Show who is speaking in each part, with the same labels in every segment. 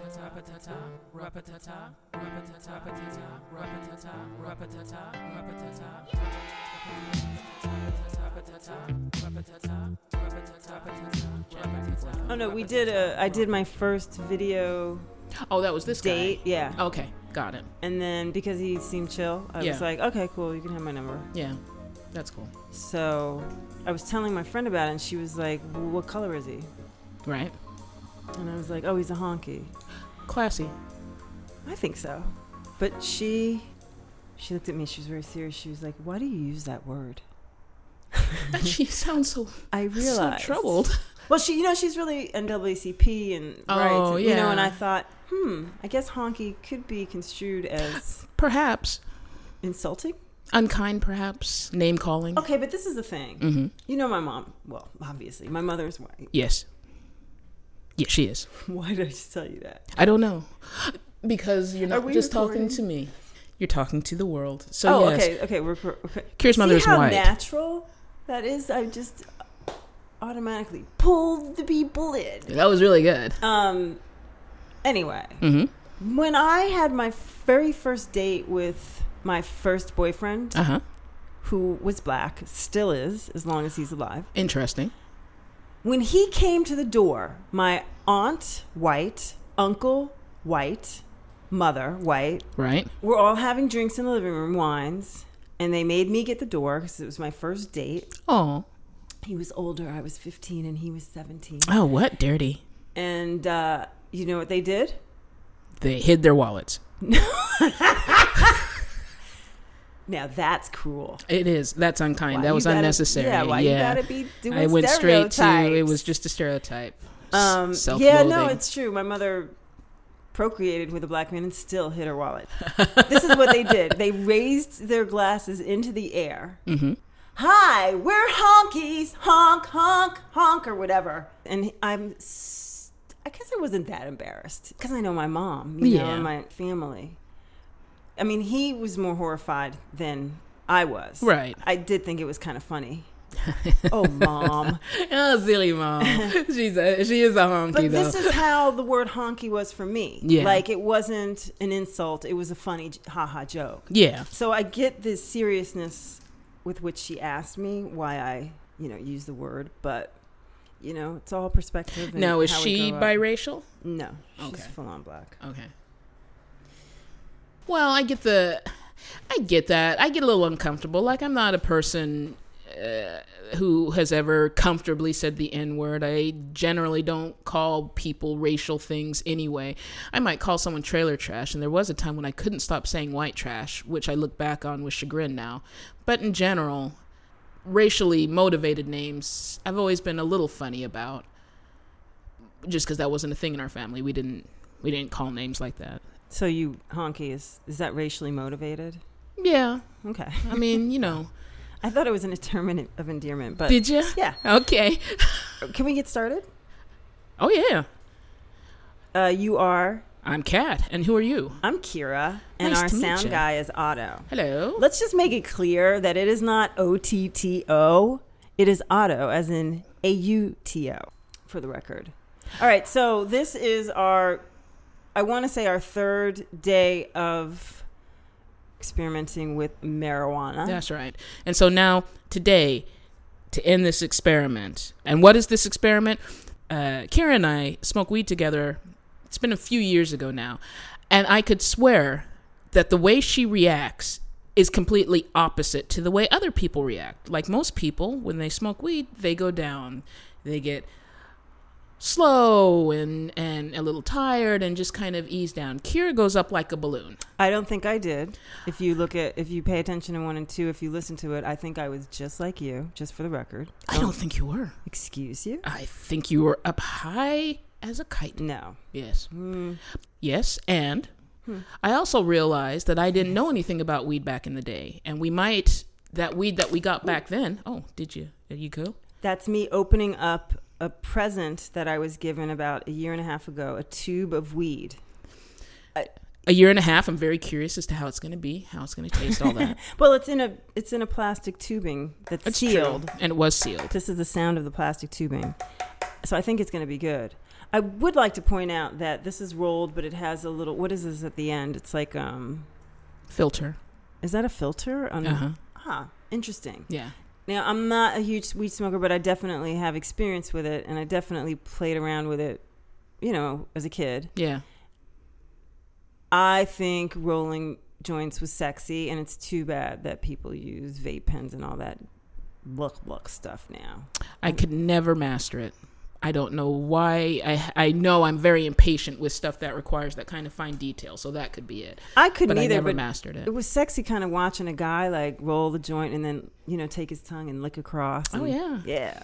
Speaker 1: rapatata, rapatata, rapatata, rapatata, rapatata, rapatata, rapatata. Rapatata, rapatata, rapatata, rapatata,
Speaker 2: Oh no, we did a. I did my first video
Speaker 1: Oh, that was this guy.
Speaker 2: date. Yeah.
Speaker 1: Okay, got it.
Speaker 2: And then because he seemed chill, I
Speaker 1: Yeah.
Speaker 2: was like, okay, cool, you can have my number.
Speaker 1: Yeah, that's cool.
Speaker 2: So I was telling my friend about it, and she was like, well, what color is he?
Speaker 1: Right?
Speaker 2: And I was like, oh, he's a honky.
Speaker 1: Classy.
Speaker 2: I think so. But she, she looked at me. She was very serious. She was like, why do you use that word?
Speaker 1: And she sounds so,
Speaker 2: I
Speaker 1: so
Speaker 2: realized.
Speaker 1: troubled.
Speaker 2: Well, she, you know, she's really NAACP and
Speaker 1: Oh,
Speaker 2: rights, you know. And
Speaker 1: yeah.
Speaker 2: I thought, hmm, I guess honky could be construed as
Speaker 1: Perhaps.
Speaker 2: insulting.
Speaker 1: Unkind, perhaps. Name calling.
Speaker 2: Okay, but this is the thing.
Speaker 1: Mm-hmm.
Speaker 2: You know, my mom. Well, obviously, my mother is white.
Speaker 1: Yes. Yeah, she is.
Speaker 2: Why did I just tell you that?
Speaker 1: I don't know. Because you're
Speaker 2: Are
Speaker 1: not
Speaker 2: we
Speaker 1: just talking
Speaker 2: recording?
Speaker 1: to me. You're talking to the world. So
Speaker 2: oh,
Speaker 1: yes.
Speaker 2: okay, okay. We're, we're- okay.
Speaker 1: Kira's
Speaker 2: See
Speaker 1: mother is
Speaker 2: how
Speaker 1: white.
Speaker 2: natural that is. I just automatically pulled the people in.
Speaker 1: that was really good.
Speaker 2: Um. Anyway,
Speaker 1: Mm-hmm.
Speaker 2: when I had my very first date with my first boyfriend,
Speaker 1: Uh-huh.
Speaker 2: who was black, still is, as long as he's alive.
Speaker 1: Interesting.
Speaker 2: When he came to the door, my aunt, white, uncle, white, mother, white,
Speaker 1: Right?
Speaker 2: were all having drinks in the living room, wines, and they made me get the door because it was my first date.
Speaker 1: Oh.
Speaker 2: He was older, I was 15, and he was 17.
Speaker 1: Oh, what? Dirty.
Speaker 2: And uh, you know what they did?
Speaker 1: They hid their wallets.
Speaker 2: Now that's cruel.
Speaker 1: It is. That's unkind.
Speaker 2: Why
Speaker 1: that
Speaker 2: you
Speaker 1: was
Speaker 2: gotta-
Speaker 1: unnecessary.
Speaker 2: yeah, why you gotta be doing
Speaker 1: I went straight to it
Speaker 2: stereotypes?
Speaker 1: was just a stereotype. S-
Speaker 2: Um, yeah,
Speaker 1: self-loathing.
Speaker 2: no, it's true. My mother procreated with a black man and still hid her wallet. this is what they did. They raised their glasses into the air.
Speaker 1: Mhm.
Speaker 2: Hi, we're honkies, honk, honk, honk, or whatever. And I'm, s- I guess I wasn't that embarrassed because I know my mom, you know,
Speaker 1: Yeah.
Speaker 2: and my family. I mean, he was more horrified than I was.
Speaker 1: Right.
Speaker 2: I did think it was kind of funny. oh, mom.
Speaker 1: Oh, silly mom. She's a, she is a honky
Speaker 2: But
Speaker 1: though.
Speaker 2: this is how the word honky was for me.
Speaker 1: Yeah.
Speaker 2: Like it wasn't an insult, it was a funny j- haha joke.
Speaker 1: yeah.
Speaker 2: So I get this seriousness with which she asked me why I, you know, use the word, but you know, it's all perspective. And
Speaker 1: Now is
Speaker 2: how we
Speaker 1: she
Speaker 2: grow up.
Speaker 1: biracial?
Speaker 2: No, she's
Speaker 1: Okay.
Speaker 2: full on black.
Speaker 1: Okay. Well, I get the, I get that. I get a little uncomfortable. Like I'm not a person uh, who has ever comfortably said the N word. I generally don't call people racial things anyway. I might call someone trailer trash, and there was a time when I couldn't stop saying white trash, which I look back on with chagrin now. But in general, racially motivated names, I've always been a little funny about just because that wasn't a thing in our family. We didn't we didn't call names like that.
Speaker 2: So you honky is is that racially motivated?
Speaker 1: Yeah,
Speaker 2: Okay,
Speaker 1: I mean, you know,
Speaker 2: I thought it was an term of endearment, but
Speaker 1: did you?
Speaker 2: yeah.
Speaker 1: Okay.
Speaker 2: Can we get started?
Speaker 1: Oh yeah,
Speaker 2: Uh, you are.
Speaker 1: I'm Kat, and who are you?
Speaker 2: I'm Kira, and
Speaker 1: Nice
Speaker 2: our
Speaker 1: to meet
Speaker 2: sound
Speaker 1: ya.
Speaker 2: guy is Otto.
Speaker 1: Hello.
Speaker 2: Let's just make it clear that it is not O T T O. It is auto, as in A U T O, for the record. All right, so this is our, I want to say our third day of experimenting with marijuana.
Speaker 1: That's right. And so now today, to end this experiment, and what is this experiment? Uh, Kira and I smoke weed together. It's been a few years ago now, and I could swear that the way she reacts is completely opposite to the way other people react. Like most people, when they smoke weed, they go down. They get slow and and a little tired and just kind of ease down. Kira goes up like a balloon.
Speaker 2: I don't think I did. If you look at, if you pay attention to one and two, if you listen to it, I think I was just like you, just for the record.
Speaker 1: I don't think you were.
Speaker 2: Excuse you?
Speaker 1: I think you were up high as a kite.
Speaker 2: No.
Speaker 1: Yes.
Speaker 2: Mm.
Speaker 1: Yes, and I also realized that I didn't know anything about weed back in the day, and we might that weed that we got back then. Oh, did you? Did you go?
Speaker 2: That's me opening up a present that I was given about a year and a half ago, a tube of weed.
Speaker 1: A year and a half. I'm very curious as to how it's going to be, how it's going to taste, all that.
Speaker 2: Well, it's in a it's in a plastic tubing that's
Speaker 1: It's true.
Speaker 2: sealed.
Speaker 1: and it was sealed.
Speaker 2: This is the sound of the plastic tubing. So I think it's going to be good. I would like to point out that this is rolled, but it has a little. What is this at the end? It's like, um,
Speaker 1: Filter.
Speaker 2: is that a filter? On,
Speaker 1: Uh huh.
Speaker 2: Ah, interesting.
Speaker 1: Yeah.
Speaker 2: Now I'm not a huge weed smoker, but I definitely have experience with it, and I definitely played around with it, you know, as a kid.
Speaker 1: Yeah.
Speaker 2: I think rolling joints was sexy, and it's too bad that people use vape pens and all that look look stuff now.
Speaker 1: I could never master it. I don't know why. I I know I'm very impatient with stuff that requires that kind of fine detail, so that could be it.
Speaker 2: I couldn't
Speaker 1: but I
Speaker 2: either,
Speaker 1: never
Speaker 2: but
Speaker 1: mastered it.
Speaker 2: it was sexy kind of watching a guy like roll the joint and then you know take his tongue and lick across.
Speaker 1: Oh
Speaker 2: and-
Speaker 1: yeah.
Speaker 2: yeah.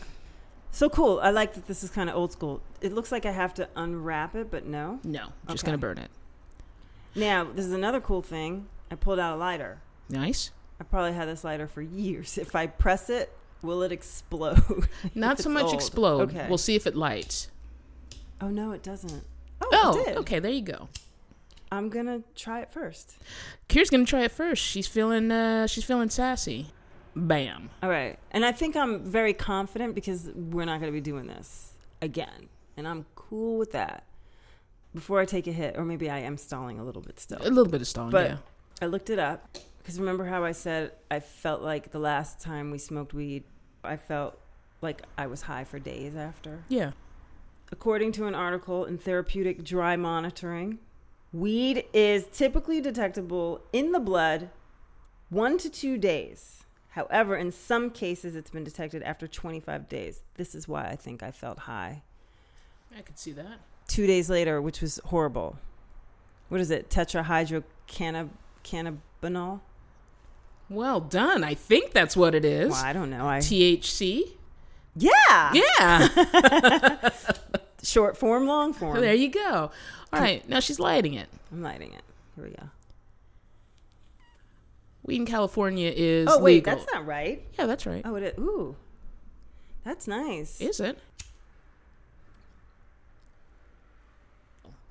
Speaker 2: So cool. I like that this is kind of old school. It looks like I have to unwrap it, but no.
Speaker 1: No, I'm just
Speaker 2: Okay.
Speaker 1: gonna burn it.
Speaker 2: Now, this is another cool thing. I pulled out a lighter.
Speaker 1: Nice.
Speaker 2: I probably had this lighter for years. If I press it, will it explode?
Speaker 1: Not
Speaker 2: If
Speaker 1: so
Speaker 2: it's
Speaker 1: much
Speaker 2: old.
Speaker 1: explode.
Speaker 2: Okay.
Speaker 1: We'll see if it lights.
Speaker 2: oh no, it doesn't. Oh,
Speaker 1: Oh,
Speaker 2: it did.
Speaker 1: okay. There you go.
Speaker 2: I'm gonna try it first.
Speaker 1: Kira's gonna try it first. She's feeling uh, she's feeling sassy. Bam.
Speaker 2: All right. And I think I'm very confident because we're not gonna be doing this again. And I'm cool with that. Before I take a hit, or maybe I am stalling a little bit still.
Speaker 1: A little bit of stalling.
Speaker 2: But
Speaker 1: yeah.
Speaker 2: I looked it up because remember how I said I felt like the last time we smoked weed, I felt like I was high for days after.
Speaker 1: Yeah.
Speaker 2: According to an article in Therapeutic Dry Monitoring, weed is typically detectable in the blood one to two days. However, in some cases, it's been detected after 25 days. This is why I think I felt high.
Speaker 1: I could see that.
Speaker 2: Two days later, which was horrible. What is it? Tetrahydrocannabinol?
Speaker 1: Well done. I think that's what it is.
Speaker 2: Well, I don't know. I
Speaker 1: THC.
Speaker 2: yeah.
Speaker 1: Yeah.
Speaker 2: Short form, long form.
Speaker 1: there you go. All right. Now she's lighting it.
Speaker 2: I'm lighting it. Here we go.
Speaker 1: Weed in California is
Speaker 2: oh wait,
Speaker 1: legal.
Speaker 2: that's not right.
Speaker 1: yeah, that's right.
Speaker 2: Oh, it is. Ooh, that's nice.
Speaker 1: Is it?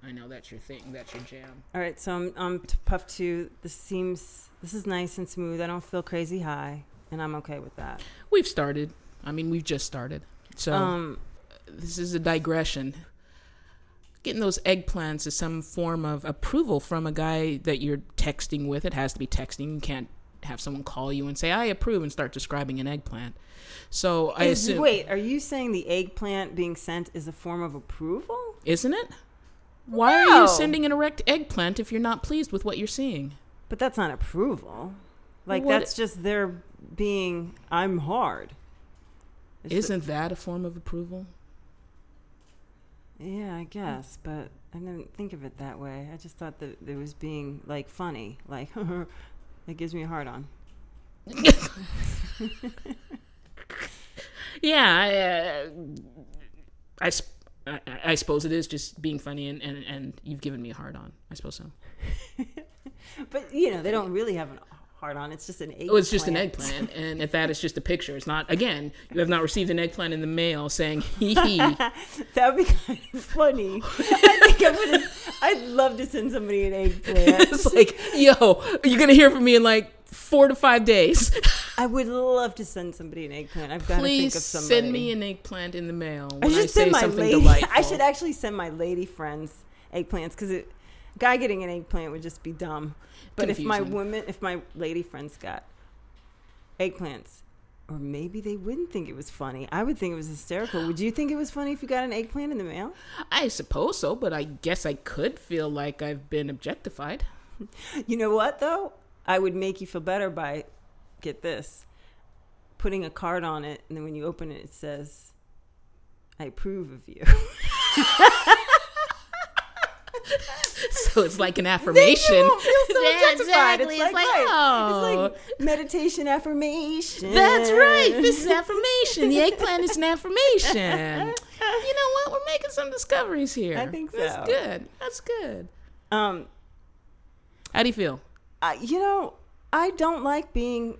Speaker 1: I know that's your thing. That's your jam.
Speaker 2: All right, so I'm I'm t- puff two. This seems this is nice and smooth. I don't feel crazy high, and I'm okay with that.
Speaker 1: We've started. I mean, we've just started. So
Speaker 2: Um,
Speaker 1: this is a digression. Getting those eggplants is some form of approval from a guy that you're texting with. It has to be texting. You can't have someone call you and say, "I approve," and start describing an eggplant. So I
Speaker 2: is-
Speaker 1: assume,
Speaker 2: wait, are you saying the eggplant being sent is a form of approval?
Speaker 1: isn't it? Why are
Speaker 2: No.
Speaker 1: you sending an erect eggplant if you're not pleased with what you're seeing?
Speaker 2: But that's not approval. Like
Speaker 1: What-
Speaker 2: that's just their being. I'm hard. It's the-
Speaker 1: Isn't that a form of approval?
Speaker 2: Yeah, I guess, but I didn't think of it that way. I just thought that it was being like funny, like it gives me a hard on.
Speaker 1: Yeah, I, uh, I, sp- I, I- I suppose it is just being funny, and, and, and you've given me a hard on. I suppose so.
Speaker 2: But you know, they don't really have a hard on. It's just an eggplant.
Speaker 1: Oh, it's just an eggplant, and if that is just a picture, it's not. Again, you have not received an eggplant in the mail saying hee hee.
Speaker 2: that would be kind of funny. I think I would. I'd love to send somebody an eggplant.
Speaker 1: It's like, yo, you're gonna hear from me in like four to five days.
Speaker 2: I would love to send somebody an eggplant. I've got to
Speaker 1: Please
Speaker 2: think of somebody.
Speaker 1: send me an eggplant in the mail
Speaker 2: I
Speaker 1: when I,
Speaker 2: should
Speaker 1: say
Speaker 2: send my
Speaker 1: something
Speaker 2: lady.
Speaker 1: delightful.
Speaker 2: I should actually send my lady friends eggplants because a guy getting an eggplant would just be dumb. But if my
Speaker 1: Confusing.
Speaker 2: women, if my lady friends got eggplants, or maybe they wouldn't think it was funny. I would think it was hysterical. Would you think it was funny if you got an eggplant in the mail?
Speaker 1: I suppose so, but I guess I could feel like I've been objectified.
Speaker 2: You know what though? I would make you feel better by get this, putting a card on it, and then when you open it, it says, "I approve of you."
Speaker 1: So it's like an
Speaker 2: Then you
Speaker 1: affirmation.
Speaker 2: won't feel so
Speaker 1: Yeah,
Speaker 2: objectified.
Speaker 1: exactly.
Speaker 2: It's like, right.
Speaker 1: oh.
Speaker 2: It's like meditation affirmation.
Speaker 1: That's right. This is affirmation. The eggplant is an affirmation. You know what? We're making some discoveries here.
Speaker 2: I think so.
Speaker 1: That's good. That's good.
Speaker 2: Um,
Speaker 1: How do you feel?
Speaker 2: I, you know, I don't like being.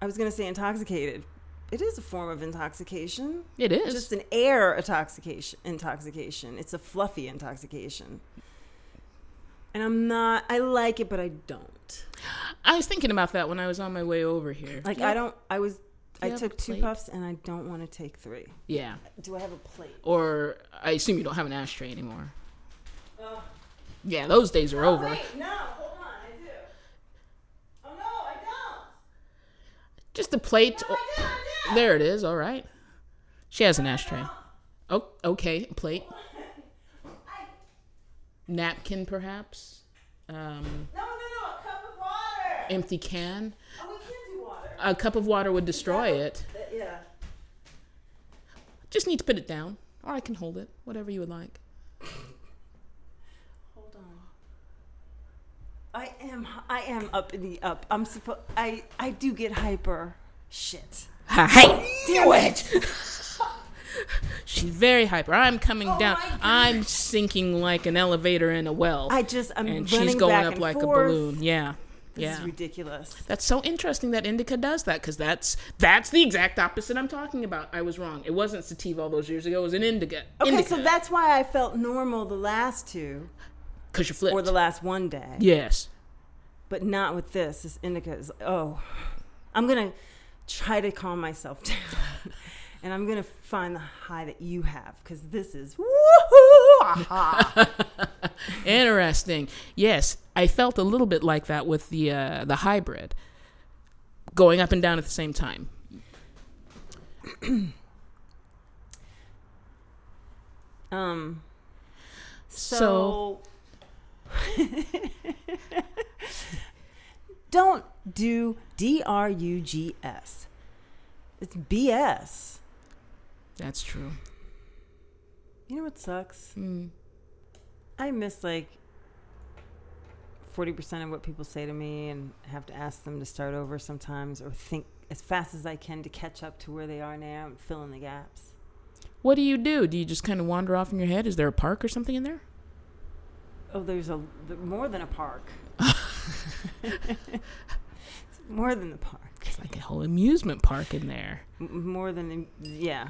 Speaker 2: I was gonna say intoxicated. It is a form of intoxication.
Speaker 1: It is.
Speaker 2: Just an air intoxication. Intoxication. It's a fluffy intoxication. And I'm not. I like it, but I don't.
Speaker 1: I was thinking about that when I was on my way over here.
Speaker 2: Like
Speaker 1: Yeah.
Speaker 2: I don't. I was. I
Speaker 1: have
Speaker 2: took two
Speaker 1: plate?
Speaker 2: puffs and I don't want to take three.
Speaker 1: Yeah.
Speaker 2: Do I have a plate?
Speaker 1: Or I assume you don't have an ashtray anymore.
Speaker 2: Oh.
Speaker 1: Yeah, those days are over.
Speaker 2: no, hold on, I do. Oh no, I don't.
Speaker 1: Just a plate. or-
Speaker 2: do, I
Speaker 1: There it is. All right. She has an ashtray. Oh, okay. A plate. Napkin, perhaps. Um,
Speaker 2: No, no, no, a cup of water.
Speaker 1: empty can.
Speaker 2: Oh, we can't do water.
Speaker 1: A cup of water would destroy it.
Speaker 2: Uh, yeah.
Speaker 1: Just need to put it down, or I can hold it. Whatever you would like.
Speaker 2: Hold on. I am I am up in the up. I'm supposed I I do get hyper. Shit.
Speaker 1: Hey,
Speaker 2: Do it.
Speaker 1: she's very hyper. I'm coming
Speaker 2: Oh
Speaker 1: down.
Speaker 2: my God.
Speaker 1: I'm sinking like an elevator in a well,
Speaker 2: I just I'm
Speaker 1: and
Speaker 2: running
Speaker 1: she's going
Speaker 2: back
Speaker 1: up
Speaker 2: and
Speaker 1: like
Speaker 2: forth.
Speaker 1: a balloon. Yeah,
Speaker 2: This
Speaker 1: yeah.
Speaker 2: is ridiculous.
Speaker 1: That's so interesting that indica does that because that's that's the exact opposite I'm talking about. I was wrong. It wasn't sativa all those years ago. It was an indica.
Speaker 2: Okay, so that's why I felt normal the last two
Speaker 1: because you flipped.
Speaker 2: or the last one day,
Speaker 1: yes.
Speaker 2: but not with this. This indica is oh, I'm gonna try to calm myself down, and I'm gonna find the high that you have because this is woohoo! aha.
Speaker 1: Interesting. Yes, I felt a little bit like that with the uh, the hybrid, going up and down at the same time.
Speaker 2: um, so.
Speaker 1: So-
Speaker 2: Don't do D R U G S. It's BS.
Speaker 1: That's true.
Speaker 2: You know what sucks? I miss like 40% of what people say to me and have to ask them to start over sometimes or think as fast as I can to catch up to where they are now and fill in the gaps.
Speaker 1: What do you do? Do you just kind of wander off in your head? Is there a park or something in there?
Speaker 2: Oh, there's a th- more than a park. It's more than the park.
Speaker 1: It's like a whole amusement park in there.
Speaker 2: M- more than yeah.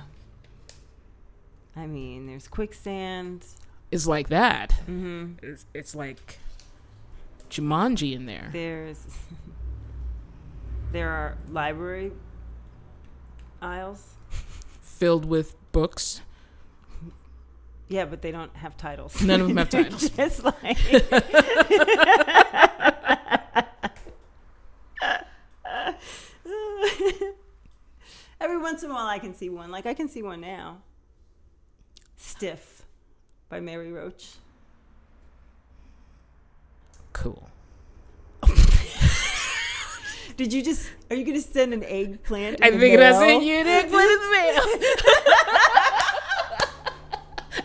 Speaker 2: I mean, there's quicksand.
Speaker 1: It's like that.
Speaker 2: hmm
Speaker 1: It's, it's like Jumanji in there.
Speaker 2: There's there are library aisles.
Speaker 1: filled with books.
Speaker 2: Yeah, but they don't have titles.
Speaker 1: None of them have
Speaker 2: They're
Speaker 1: titles.
Speaker 2: Just like every once in a while, I can see one. Like I can see one now. Stiff by Mary Roach.
Speaker 1: Cool.
Speaker 2: Did you just? Are you going to send an eggplant? in
Speaker 1: I
Speaker 2: the
Speaker 1: think that's
Speaker 2: mail?
Speaker 1: it. You did put in the mail.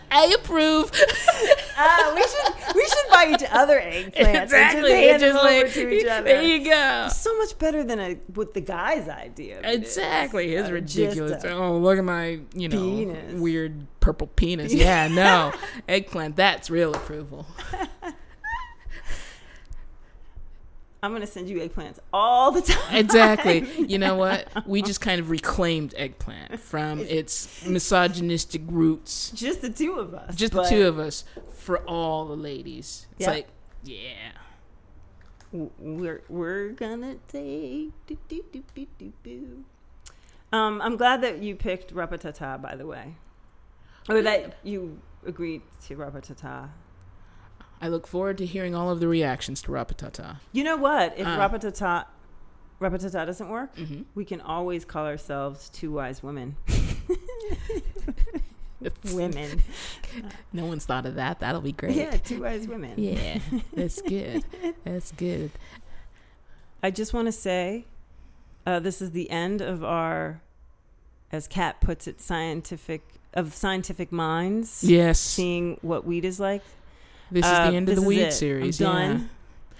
Speaker 1: I approve.
Speaker 2: Ah, we should we should buy each other eggplants.
Speaker 1: exactly.
Speaker 2: And just hand
Speaker 1: It's
Speaker 2: them
Speaker 1: just
Speaker 2: over
Speaker 1: like,
Speaker 2: to each other.
Speaker 1: there you go.
Speaker 2: so much better than a, what the guy's idea. of it is.
Speaker 1: Exactly. It's
Speaker 2: Uh, just
Speaker 1: ridiculous.
Speaker 2: a-
Speaker 1: Oh, look at my, you know,
Speaker 2: Penis.
Speaker 1: weird purple penis. Yeah, no. Eggplant, that's real approval.
Speaker 2: I'm gonna send you eggplants all the time.
Speaker 1: Exactly. You know what? We just kind of reclaimed eggplant from its misogynistic roots.
Speaker 2: Just the two of us.
Speaker 1: Just the two of us for all the ladies. It's
Speaker 2: Yeah.
Speaker 1: like, yeah.
Speaker 2: of We're we're gonna take. Do, do, do, do, do, do. Um, I'm glad that you picked Rapatata, by the way, or that you agreed to Rapatata.
Speaker 1: I look forward to hearing all of the reactions to Rapatata.
Speaker 2: You know what? If
Speaker 1: Uh.
Speaker 2: Rapatata Rapatata doesn't work,
Speaker 1: Mhm.
Speaker 2: we can always call ourselves two wise women. women.
Speaker 1: No one's thought of that. That'll be great.
Speaker 2: Yeah, two wise women.
Speaker 1: Yeah. That's good. That's good.
Speaker 2: I just want to say uh, this is the end of our, as Kat puts it, scientific of scientific minds
Speaker 1: Yes.
Speaker 2: seeing what weed is like.
Speaker 1: This is
Speaker 2: Uh,
Speaker 1: the end of
Speaker 2: this
Speaker 1: the
Speaker 2: is
Speaker 1: weed
Speaker 2: it. I'm
Speaker 1: series.
Speaker 2: done.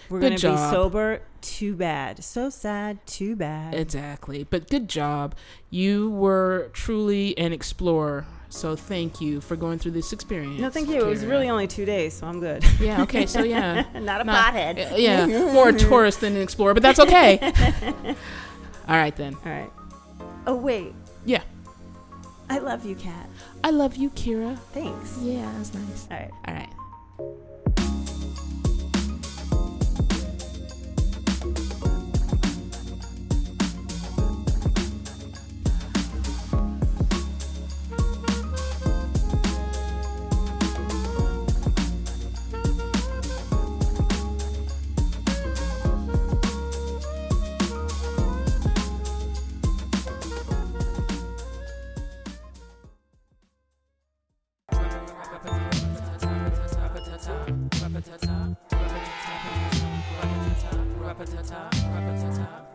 Speaker 2: We're
Speaker 1: Good
Speaker 2: gonna
Speaker 1: job.
Speaker 2: be sober. Too bad. So sad. Too bad.
Speaker 1: Yeah. Exactly. But good job. You were truly an explorer. So thank you for going through this experience.
Speaker 2: no, thank you. It was
Speaker 1: Kira.
Speaker 2: really only two days, so I'm good.
Speaker 1: Yeah, okay, so yeah.
Speaker 2: Not a
Speaker 1: Not-
Speaker 2: pothead.
Speaker 1: Uh, Yeah, more a tourist than an explorer, but that's okay. All right then.
Speaker 2: All right. Oh wait,
Speaker 1: Yeah.
Speaker 2: I love you, Kat.
Speaker 1: I love you, Kira.
Speaker 2: Thanks.
Speaker 1: Yeah, that was nice.
Speaker 2: All right.
Speaker 1: All right.
Speaker 3: Rub-a-ta-ta, rub-a-ta-ta, rub-a-ta-ta, rub-a-ta-ta, rub-a-ta-ta.